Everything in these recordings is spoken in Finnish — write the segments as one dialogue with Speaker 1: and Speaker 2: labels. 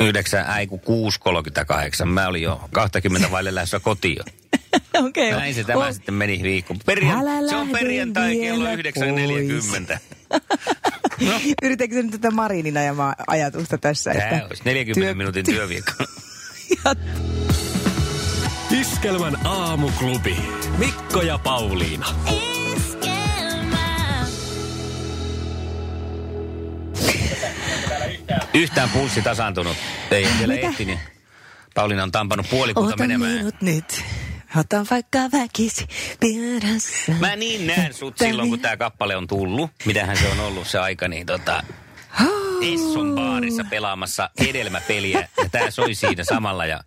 Speaker 1: 9, ei kun 6.38. Mä olin jo 20 vaille lähdössä kotiin.
Speaker 2: Okei.
Speaker 1: Näin No, se tämä
Speaker 2: O-
Speaker 1: sitten meni viikko. Perjan,
Speaker 2: Älä
Speaker 1: se on
Speaker 2: lähde
Speaker 1: perjantai kello
Speaker 2: vielä
Speaker 1: 9.40. No.
Speaker 2: Yritätkö sä nyt tätä Marinin ajamaa ajatusta tässä?
Speaker 1: Tämä olisi 40 työ, minuutin työviikko.
Speaker 2: Ja
Speaker 3: Iskelmän aamuklubi. Mikko ja Pauliina.
Speaker 1: Yhtään pulssi tasaantunut. Ei ole vielä
Speaker 2: Mitä? niin,
Speaker 1: ehtinyt. Pauliina on tampannut puolikunta
Speaker 2: ota
Speaker 1: menemään.
Speaker 2: minut nyt. Ota vaikka väkisi pyörässä.
Speaker 1: Mä niin näen sut silloin, kun tää kappale on tullut. Mitähän se on ollut se aika, niin tota... Esson baarissa pelaamassa hedelmäpeliä. Ja tää soi siinä samalla ja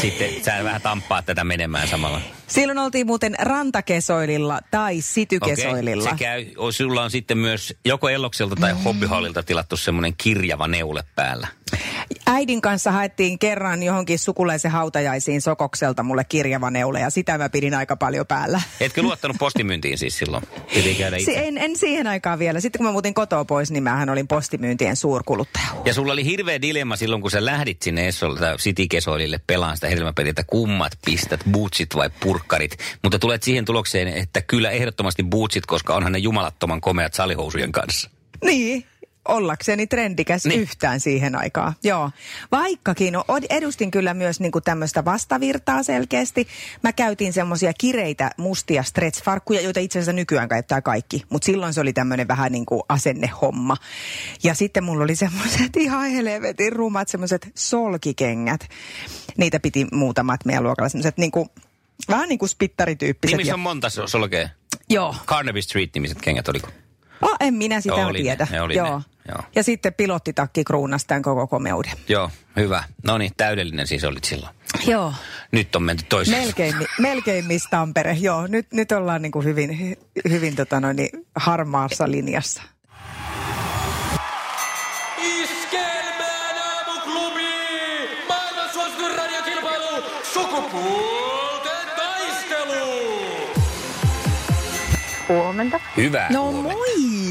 Speaker 1: sitten sä vähän tamppaat tätä menemään samalla.
Speaker 2: Silloin oltiin muuten rantakesoililla tai sitykesoililla.
Speaker 1: se käy. O, Sulla on sitten myös joko Ellokselta tai Hobbyhallilta tilattu semmoinen kirjava neule päällä.
Speaker 2: Äidin kanssa haettiin kerran johonkin sukulaisen hautajaisiin Sokokselta mulle kirjava neule ja sitä mä pidin aika paljon päällä.
Speaker 1: Etkö luottanut postimyyntiin siis silloin? Piti käydä
Speaker 2: Si-
Speaker 1: itse.
Speaker 2: en, en siihen aikaan vielä. Sitten kun mä muutin kotoa pois, niin mähän olin postimyyntien suurkuluttaja.
Speaker 1: Ja sulla oli hirveä dilemma silloin, kun sä lähdit sinne Essolle tai City-kesoilille pelaan sitä hedelmäpeliä, kummat pistät, bootsit vai purkkarit. Mutta tulet siihen tulokseen, että kyllä ehdottomasti bootsit, koska onhan ne jumalattoman komeat salihousujen kanssa.
Speaker 2: Niin, ollakseni trendikäs
Speaker 1: Niin.
Speaker 2: niin. yhtään siihen aikaan. Joo, vaikkakin no, od- edustin kyllä myös niinku tämmöistä vastavirtaa selkeästi. Mä käytin semmoisia kireitä mustia stretchfarkkuja, joita itse asiassa nykyään käyttää kaikki. Mutta silloin se oli tämmöinen vähän niinku asennehomma. Ja sitten mulla oli semmoiset ihan helvetin rumat semmoiset solkikengät. Niitä piti muutamat meidän luokalla semmoiset niinku, vähän niin kuin spittarityyppiset.
Speaker 1: Nimissä
Speaker 2: ja-
Speaker 1: on monta so- solkea.
Speaker 2: Joo.
Speaker 1: Carnaby Street-nimiset kengät oliko?
Speaker 2: Oh, en minä sitä
Speaker 1: Joo, oli
Speaker 2: tiedä.
Speaker 1: ne, ne oli
Speaker 2: Joo.
Speaker 1: ne, joo.
Speaker 2: Ja sitten pilottitakki kruunas tämän koko komeuden.
Speaker 1: Joo, hyvä. No niin, täydellinen siis olit silloin.
Speaker 2: Joo.
Speaker 1: Nyt on menty toiseen.
Speaker 2: Melkein, mi- melkein Miss Tampere, joo. Nyt, nyt ollaan niin kuin hyvin, hyvin tota noin, niin harmaassa linjassa.
Speaker 4: Iskelmään aamuklubi! Maailman suosituin radiokilpailu! Sukupuolten taistelu!
Speaker 5: Huomenta.
Speaker 1: Hyvä.
Speaker 2: No moi!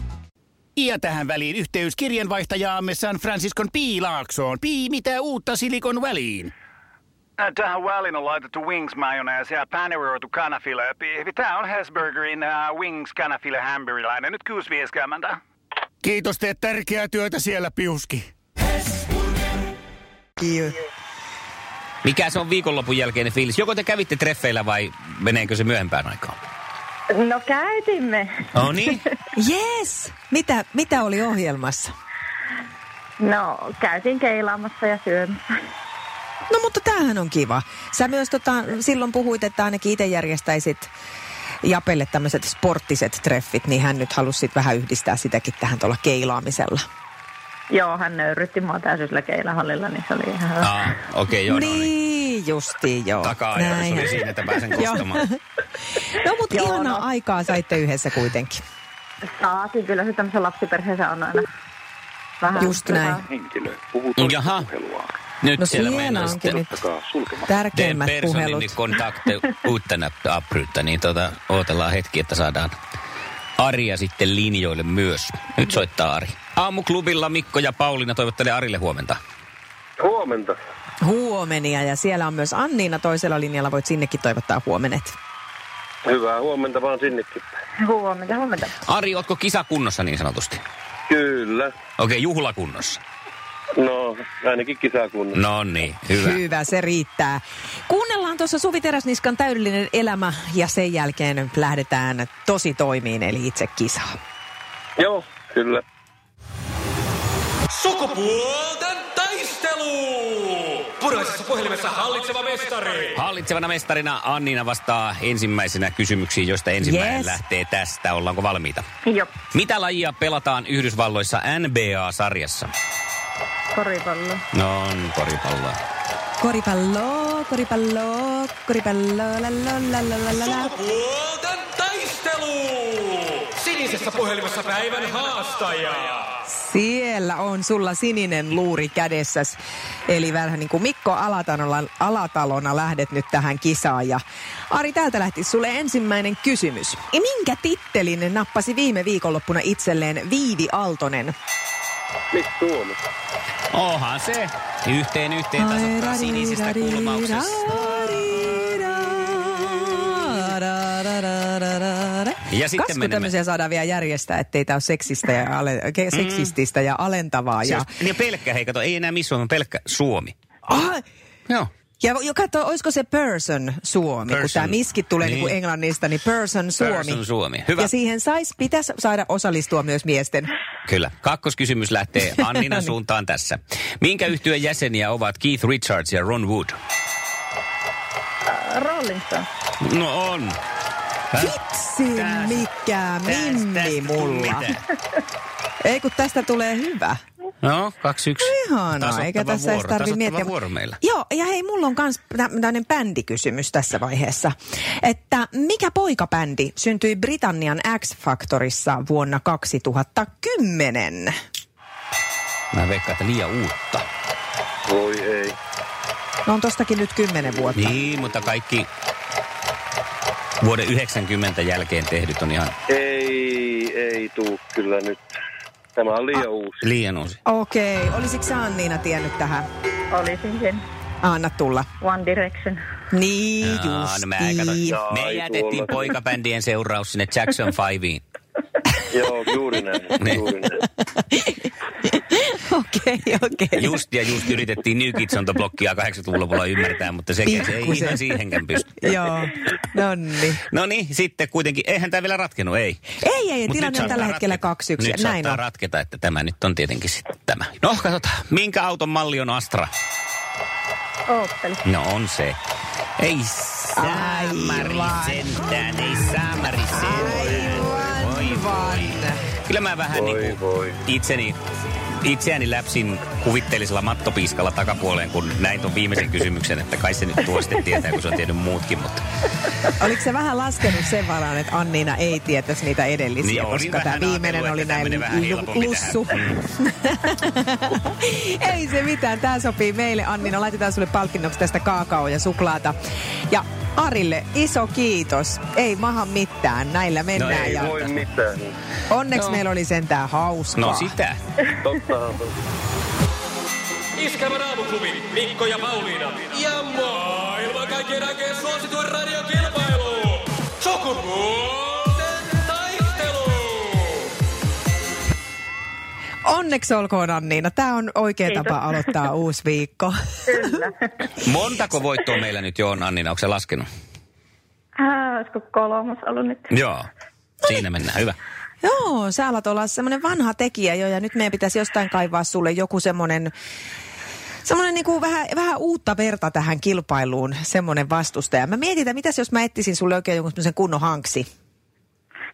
Speaker 6: Ja tähän väliin yhteys kirjanvaihtajaamme San Franciscon P. Laaksoon. P. Mitä uutta Silikon väliin?
Speaker 7: Ä, Äh, Tähän väliin on laitettu wings mayonnaise ja paneroitu kanafila. Tämä on Hesburgerin äh, wings kanafila hamburilainen. Nyt kuusi vieskäämäntä.
Speaker 6: Kiitos, teet tärkeää työtä siellä, Piuski.
Speaker 2: Kiitos.
Speaker 1: Mikä se on viikonlopun jälkeinen fiilis? Joko te kävitte treffeillä vai meneekö se myöhempään aikaan?
Speaker 5: No käytimme.
Speaker 1: No niin.
Speaker 2: Yes! Mitä, mitä oli ohjelmassa?
Speaker 5: No, käytiin keilaamassa ja syömässä.
Speaker 2: No mutta tämähän on kiva. Sä myös tota, silloin puhuit, että ainakin itse järjestäisit Japelle tämmöiset sporttiset treffit, niin hän nyt halusi sit vähän yhdistää sitäkin tähän tuolla keilaamisella.
Speaker 5: Joo, hän nöyrytti mua täysillä keilahallilla, niin se oli ihan hyvä.
Speaker 1: Ah, okei, okay, joo, no niin.
Speaker 2: niin, justiin joo.
Speaker 1: takaa ajatus oli
Speaker 2: Näinhän.
Speaker 1: siinä, että pääsen
Speaker 2: Joo.
Speaker 1: kostamaan.
Speaker 2: No mutta
Speaker 5: Joo,
Speaker 2: ihanaa
Speaker 5: no.
Speaker 2: aikaa saitte yhdessä kuitenkin.
Speaker 5: Saatiin kyllä se tämmöisen lapsiperheessä on aina. Vähän
Speaker 2: Just näin.
Speaker 1: Mm, Jaha. Nyt
Speaker 2: No
Speaker 1: siellä
Speaker 2: siellä
Speaker 1: mennään
Speaker 2: onkin
Speaker 1: sitten.
Speaker 2: nyt
Speaker 1: Teen
Speaker 2: tärkeimmät
Speaker 1: personin
Speaker 2: puhelut.
Speaker 1: niin kontakte uutena apryyttä, niin tota, ootellaan hetki, että saadaan Aria sitten linjoille myös. Nyt soittaa Ari. Aamuklubilla Mikko ja Pauliina toivottelee Arille huomenta.
Speaker 8: Huomenta.
Speaker 2: Huomenia ja siellä on myös Anniina toisella linjalla. Voit sinnekin toivottaa huomenet.
Speaker 8: Hyvää huomenta vaan sinnekin.
Speaker 5: Huomenta, huomenta.
Speaker 1: Ari, ootko kisakunnossa niin sanotusti? Okei,
Speaker 8: Kyllä.
Speaker 1: okay, juhlakunnossa.
Speaker 8: No, ainakin kisakunnassa.
Speaker 1: No niin, hyvä.
Speaker 2: Hyvä, se riittää. Kuunnellaan on tuossa Suvi Teräsniskan täydellinen elämä ja sen jälkeen lähdetään tosi toimiin, eli itse kisaan.
Speaker 8: Joo, kyllä.
Speaker 4: Sukupuolten taistelu! Puraisessa puhelimessa hallitseva mestari.
Speaker 1: Hallitsevana mestarina Anniina vastaa ensimmäisenä kysymyksiin, joista ensimmäinen
Speaker 2: Yes.
Speaker 1: lähtee tästä. Ollaanko valmiita?
Speaker 5: Joo,
Speaker 1: Mitä lajia pelataan Yhdysvalloissa NBA-sarjassa?
Speaker 5: koripallo.
Speaker 1: No on koripalloa.
Speaker 2: Koripallo, koripallo, koripallo, la la la la la la la.
Speaker 4: Sukupuolten taistelu! Sinisessä puhelimessa päivän haastaja.
Speaker 2: Siellä on sulla sininen luuri kädessäs. Eli vähän niin kuin Mikko Alatalona, Alatalona lähdet nyt tähän kisaan. Ja Ari, täältä lähti sulle ensimmäinen kysymys. Ja minkä tittelin nappasi viime viikonloppuna itselleen Viivi Aaltonen?
Speaker 8: Miss Suomi.
Speaker 1: Onhan se. Yhteen yhteen tasoittaa sinisestä kulmauksesta. Ja sitten
Speaker 2: Kas, kun
Speaker 1: menemme-
Speaker 2: tämmöisiä saadaan vielä järjestää, ettei tää ole seksistä ja ale,
Speaker 1: Mm.
Speaker 2: ke- seksististä ja alentavaa.
Speaker 1: Se
Speaker 2: Ja,
Speaker 1: on- Ja pelkkä, hei kato, ei enää missä on pelkkä Suomi.
Speaker 2: ah,
Speaker 1: Joo.
Speaker 2: ja, ja katso, olisiko se person Suomi, kun
Speaker 1: Person.
Speaker 2: tämä miskit tulee niin.
Speaker 1: Niin.
Speaker 2: Niin englannista, niin person Suomi.
Speaker 1: Person Suomi. Hyvä.
Speaker 2: Ja siihen sais, pitäisi saada osallistua myös miesten.
Speaker 1: Kyllä. Kakkoskysymys lähtee Anninan suuntaan tässä. Minkä yhtyön jäseniä ovat Keith Richards ja Ron Wood?
Speaker 5: Rolling Stone.
Speaker 1: No on.
Speaker 2: Vitsi,
Speaker 1: Tästä-
Speaker 2: mikä mimmi
Speaker 1: tästä
Speaker 2: mulla.
Speaker 1: tuli mitään.
Speaker 2: Ei kun tästä tulee hyvä.
Speaker 1: No, kaksi yksi.
Speaker 2: Ihanaa,
Speaker 1: Tasoittava
Speaker 2: eikä tässä edes
Speaker 1: vuoro,
Speaker 2: tarvitse
Speaker 1: tasoittava
Speaker 2: miettiä.
Speaker 1: vuoro meillä.
Speaker 2: Joo, ja hei, mulla on myös tämmöinen bändikysymys tässä vaiheessa. Että mikä poikabändi syntyi Britannian X-Factorissa vuonna 2010?
Speaker 1: Mä veikkaan, että liian uutta.
Speaker 8: Voi ei.
Speaker 2: No on tostakin nyt 10 vuotta.
Speaker 1: Niin, mutta kaikki vuoden 90 jälkeen tehdyt on ihan
Speaker 8: Ei, ei tuu kyllä nyt. Tämä on liian uusi.
Speaker 1: liian uusi.
Speaker 2: Okei, okay. olisiko sä Anniina tiennyt tähän?
Speaker 5: Olisin sen.
Speaker 2: Anna tulla.
Speaker 5: One Direction.
Speaker 2: Niin
Speaker 1: Aa, no mä en kato.
Speaker 2: justiin.
Speaker 1: Me
Speaker 8: Ai,
Speaker 1: jätettiin
Speaker 8: tuolla.
Speaker 1: poikabändien seuraus sinne Jackson 5
Speaker 8: Joo, juuri näin.
Speaker 1: Niin.
Speaker 8: Juuri näin.
Speaker 2: Okei, okei.
Speaker 1: Just ja just yritettiin New Kids on the Blockia 80-luvun lopulla ymmärtää, mutta se se ei
Speaker 2: Pikkusen.
Speaker 1: ihan siihenkään pysty.
Speaker 2: Joo, nonni.
Speaker 1: No niin, sitten kuitenkin, eihän tämä vielä ratkenut, ei.
Speaker 2: Ei,
Speaker 1: Mut
Speaker 2: ei,
Speaker 1: nyt
Speaker 2: tilanne on
Speaker 1: saattaa
Speaker 2: tällä hetkellä
Speaker 1: ratketa. Nyt
Speaker 2: 2-1. Näin
Speaker 1: saattaa
Speaker 2: on.
Speaker 1: ratketa, että tämä nyt on tietenkin sitten tämä. No, katsotaan. Minkä auton malli on Astra?
Speaker 5: Opel.
Speaker 1: No on se. Ei saamari sentään, ei saamari sentään. Voi voi. Kyllä mä vähän
Speaker 8: Voi
Speaker 1: niin
Speaker 8: voi.
Speaker 1: itseni, itseäni läpsin kuvitteellisella mattopiiskalla takapuoleen, kun näin on viimeisen kysymyksen, että kai se nyt tuoste tietää, kun se on tiennyt muutkin, mutta
Speaker 2: Siis Oliko se vähän laskenut sen varaan, että Anniina ei tietäisi niitä edellisiä,
Speaker 1: Niin, olin
Speaker 2: koska tämä
Speaker 1: vähän
Speaker 2: viimeinen
Speaker 1: ajatellut,
Speaker 2: oli
Speaker 1: että
Speaker 2: näin niin
Speaker 1: tämmönen vähän
Speaker 2: lu-
Speaker 1: helpompi Mm.
Speaker 2: lussu. ei se mitään, tämä sopii meille. Anniina, laitetaan sulle palkinnoksi tästä kaakao ja suklaata. Ja Arille iso kiitos. Ei maha mitään, näillä mennään.
Speaker 1: No ei
Speaker 2: ja
Speaker 8: Voi mitään.
Speaker 2: onneksi meillä oli sentään hauskaa.
Speaker 1: no sitä.
Speaker 8: Tottahan se on.
Speaker 4: Iskävän aamuklubi, Mikko ja Pauliina. Ja maailman kaikkien aikeen suosituen radiokilpailu. Sukupuolten taistelu.
Speaker 2: Onneksi olkoon Anniina. Tämä on oikea
Speaker 5: Kiitos.
Speaker 2: tapa aloittaa uusi viikko.
Speaker 5: Kyllä.
Speaker 1: Montako voittoa meillä nyt jo on, Annina? Onko se laskenut?
Speaker 5: Ah, olisiko kolmas ollut nyt?
Speaker 1: Joo. Siinä mennään. Hyvä.
Speaker 2: Joo, sä alat olla semmoinen vanha tekijä jo ja nyt meidän pitäisi jostain kaivaa sulle joku semmoinen Semmoinen niin kuin vähän, vähän uutta verta tähän kilpailuun, semmoinen vastustaja. Mä mietin, että mitäs jos mä etsisin sulle oikein jonkun semmoisen kunnon hanksi.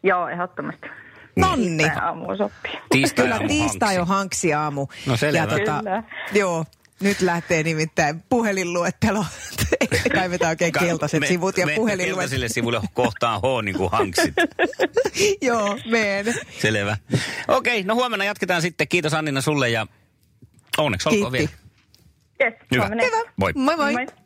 Speaker 5: Joo, ehdottomasti.
Speaker 1: Niin.
Speaker 2: Nonni.
Speaker 5: Tää aamu sopii.
Speaker 1: Tiistai
Speaker 2: Kyllä
Speaker 1: aamu
Speaker 2: tiistai
Speaker 1: hanksi.
Speaker 2: on hanksi aamu. tota,
Speaker 1: No selvä.
Speaker 5: Kyllä.
Speaker 2: joo, nyt lähtee nimittäin puhelinluettelo. Kaivetaan oikein
Speaker 1: Ka-
Speaker 2: keltaiset
Speaker 1: me-
Speaker 2: sivut ja
Speaker 1: me-
Speaker 2: puhelinluettelo.
Speaker 1: Keltaiselle sivulle kohtaan H niin kuin hanksit.
Speaker 2: joo, meen.
Speaker 1: Selvä. Okei, no huomenna jatketaan sitten. Kiitos Annina sulle ja onneksi olkoon
Speaker 2: Kiitti.
Speaker 1: vielä.
Speaker 5: Yes,
Speaker 1: Hyvä.
Speaker 5: huomenna.
Speaker 2: Hyvä.
Speaker 1: Moi.
Speaker 2: Moi moi.
Speaker 5: No niin. Moi.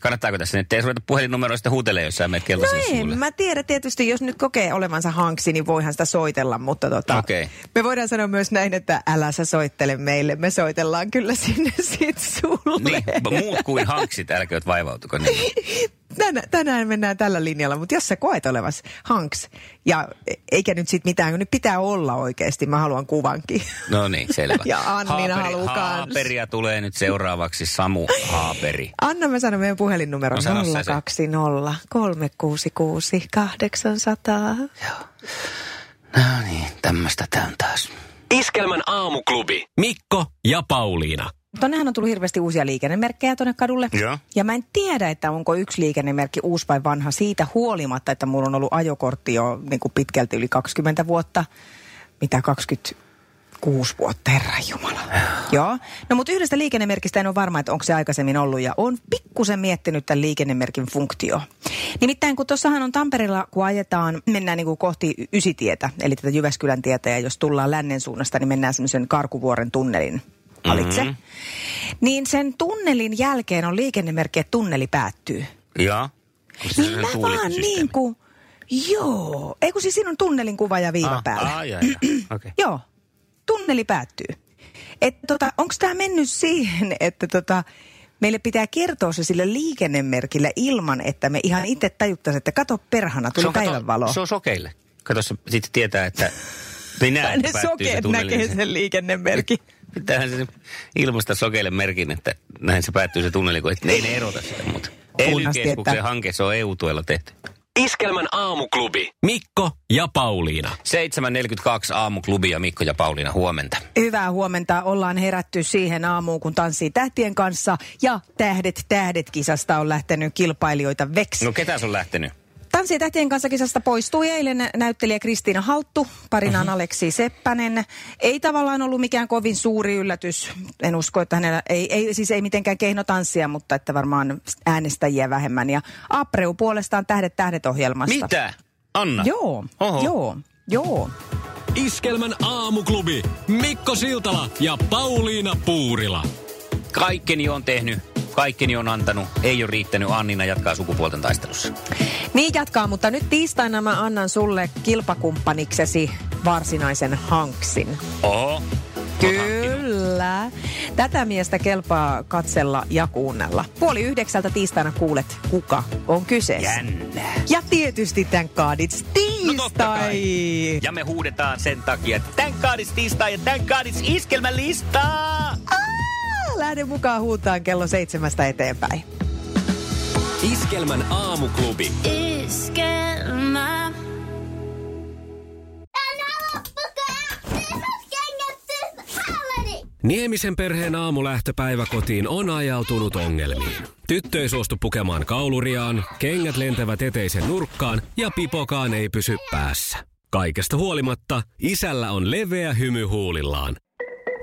Speaker 1: Kannattaako tässä nyt? Ei ruveta puhelinnumeroa sitten huutelee, jos sä menet
Speaker 2: No
Speaker 1: keltaiselle sivulle.
Speaker 2: en mä tiedä. Tietysti jos nyt kokee olevansa hanksi, niin voihan sitä soitella, mutta tota,
Speaker 1: Okei.
Speaker 2: me voidaan sanoa myös näin, että älä sä soittele meille. Me soitellaan kyllä sinne sit sulle.
Speaker 1: Niin, muut kuin hanksit, älkööt vaivautuko niin.
Speaker 2: Tän, tänään mennään tällä linjalla, mutta jos sä koet olevas hanks, ja eikä nyt sit mitään, kun nyt pitää olla oikeasti, mä haluan kuvankin.
Speaker 1: No niin, selvä.
Speaker 2: Ja Annina haluu kans.
Speaker 1: Haaperia tulee nyt seuraavaksi, Samu Haaperi.
Speaker 2: Anna mä sanon meidän puhelinnumero
Speaker 1: No sano sä se.
Speaker 2: 020 366 800.
Speaker 1: No niin, tämmöistä tää on taas.
Speaker 3: Iskelmän aamuklubi. Mikko ja Pauliina.
Speaker 2: Tonnehan on tullut hirveästi uusia liikennemerkkejä tuonne kadulle.
Speaker 1: Joo.
Speaker 2: Ja mä en tiedä, että onko yksi liikennemerkki uusi vai vanha siitä huolimatta, että mulla on ollut ajokortti jo niin kuin pitkälti yli 20 vuotta. Mitä 26 vuotta, herra Jumala. Joo. No mutta yhdestä liikennemerkistä en ole varma, että onko se aikaisemmin ollut. Ja on pikkusen miettinyt tämän liikennemerkin funktio. Nimittäin kun tuossahan on Tampereella, kun ajetaan, mennään niin kuin kohti y- Ysitietä, eli tätä Jyväskylän tietä. Ja jos tullaan lännen suunnasta, niin mennään semmoisen Karkuvuoren tunnelin alitse. Mm-hmm. Niin sen tunnelin jälkeen on liikennemerkki, että tunneli päättyy.
Speaker 1: Joo.
Speaker 2: Niin mä vaan niin
Speaker 1: Ah,
Speaker 2: kuin, joo. Ei kun siis siinä on tunnelin kuva ja viiva
Speaker 1: ah,
Speaker 2: päällä.
Speaker 1: ah, ai, ai, ai. Okay.
Speaker 2: Joo, tunneli päättyy. Et tota, onko tämä mennyt siihen, että tota, meille pitää kertoa se sillä liikennemerkillä ilman, että me ihan itse tajuttaisiin, että kato perhana, tuli päivänvalo.
Speaker 1: Se on sokeille. Kato, se sitten tietää, että... Niin näin, kun
Speaker 2: ne
Speaker 1: päättyy se
Speaker 2: sokeet
Speaker 1: tunneli,
Speaker 2: näkee
Speaker 1: niin se-
Speaker 2: sen liikennemerkin.
Speaker 1: Pitäähän se ilmasta sokeille merkin, että näin se päättyy se tunneli, kun et- ne ei ne erota sitä muuta.
Speaker 2: Kunnasti,
Speaker 1: Ely-keskuksen
Speaker 2: että-
Speaker 1: hanke, se on EU-tuella tehty.
Speaker 3: Iskelmän aamuklubi. Mikko ja Pauliina.
Speaker 1: 7.42 aamuklubi ja Mikko ja Pauliina huomenta.
Speaker 2: Hyvää huomenta. Ollaan herätty siihen aamuun, kun tanssii tähtien kanssa ja Tähdet tähdet kisasta on lähtenyt kilpailijoita veksi.
Speaker 1: No ketä se on lähtenyt?
Speaker 2: Tanssii tähtien kanssa kisasta poistui eilen näyttelijä Kristiina Halttu, parinaan
Speaker 1: Mhm.
Speaker 2: Aleksi Seppänen. Ei tavallaan ollut mikään kovin suuri yllätys. En usko, että hänellä ei, ei siis ei mitenkään kehno tanssia, mutta että varmaan äänestäjiä vähemmän. Ja Apreu puolestaan Tähdet tähdet ohjelmasta.
Speaker 1: Mitä? Anna.
Speaker 2: Joo,
Speaker 1: Oho.
Speaker 2: joo, joo.
Speaker 3: Iskelmän aamuklubi. Mikko Siltala ja Pauliina Puurila.
Speaker 1: Kaikkeni on tehnyt, kaikkeni on antanut, ei ole riittänyt. Annina jatkaa sukupuolten taistelussa.
Speaker 2: Niin jatkaa, mutta nyt tiistaina mä annan sulle kilpakumppaniksesi varsinaisen hanksin.
Speaker 1: Oho.
Speaker 2: Kyllä. Tätä miestä kelpaa katsella ja kuunnella. Puoli yhdeksältä tiistaina kuulet, kuka on kyseessä.
Speaker 1: Jännää.
Speaker 2: Ja tietysti tämän kaadits
Speaker 1: No totta
Speaker 2: tiistai.
Speaker 1: kai. Ja me huudetaan sen takia, että tän kaadis tiistai ja tän kaadis iskelmälistaa.
Speaker 2: Ah, Lähde mukaan huutaan kello seitsemästä eteenpäin.
Speaker 3: Iskelmän aamuklubi.
Speaker 9: Iskelmä. Älä loppukaan! Isot kengät siis hallani!
Speaker 3: Niemisen perheen aamulähtöpäivä kotiin on ajautunut ongelmiin. Tyttö ei suostu pukemaan kauluriaan, kengät lentävät eteisen nurkkaan ja pipokaan ei pysy päässä. Kaikesta huolimatta, isällä on leveä hymy huulillaan.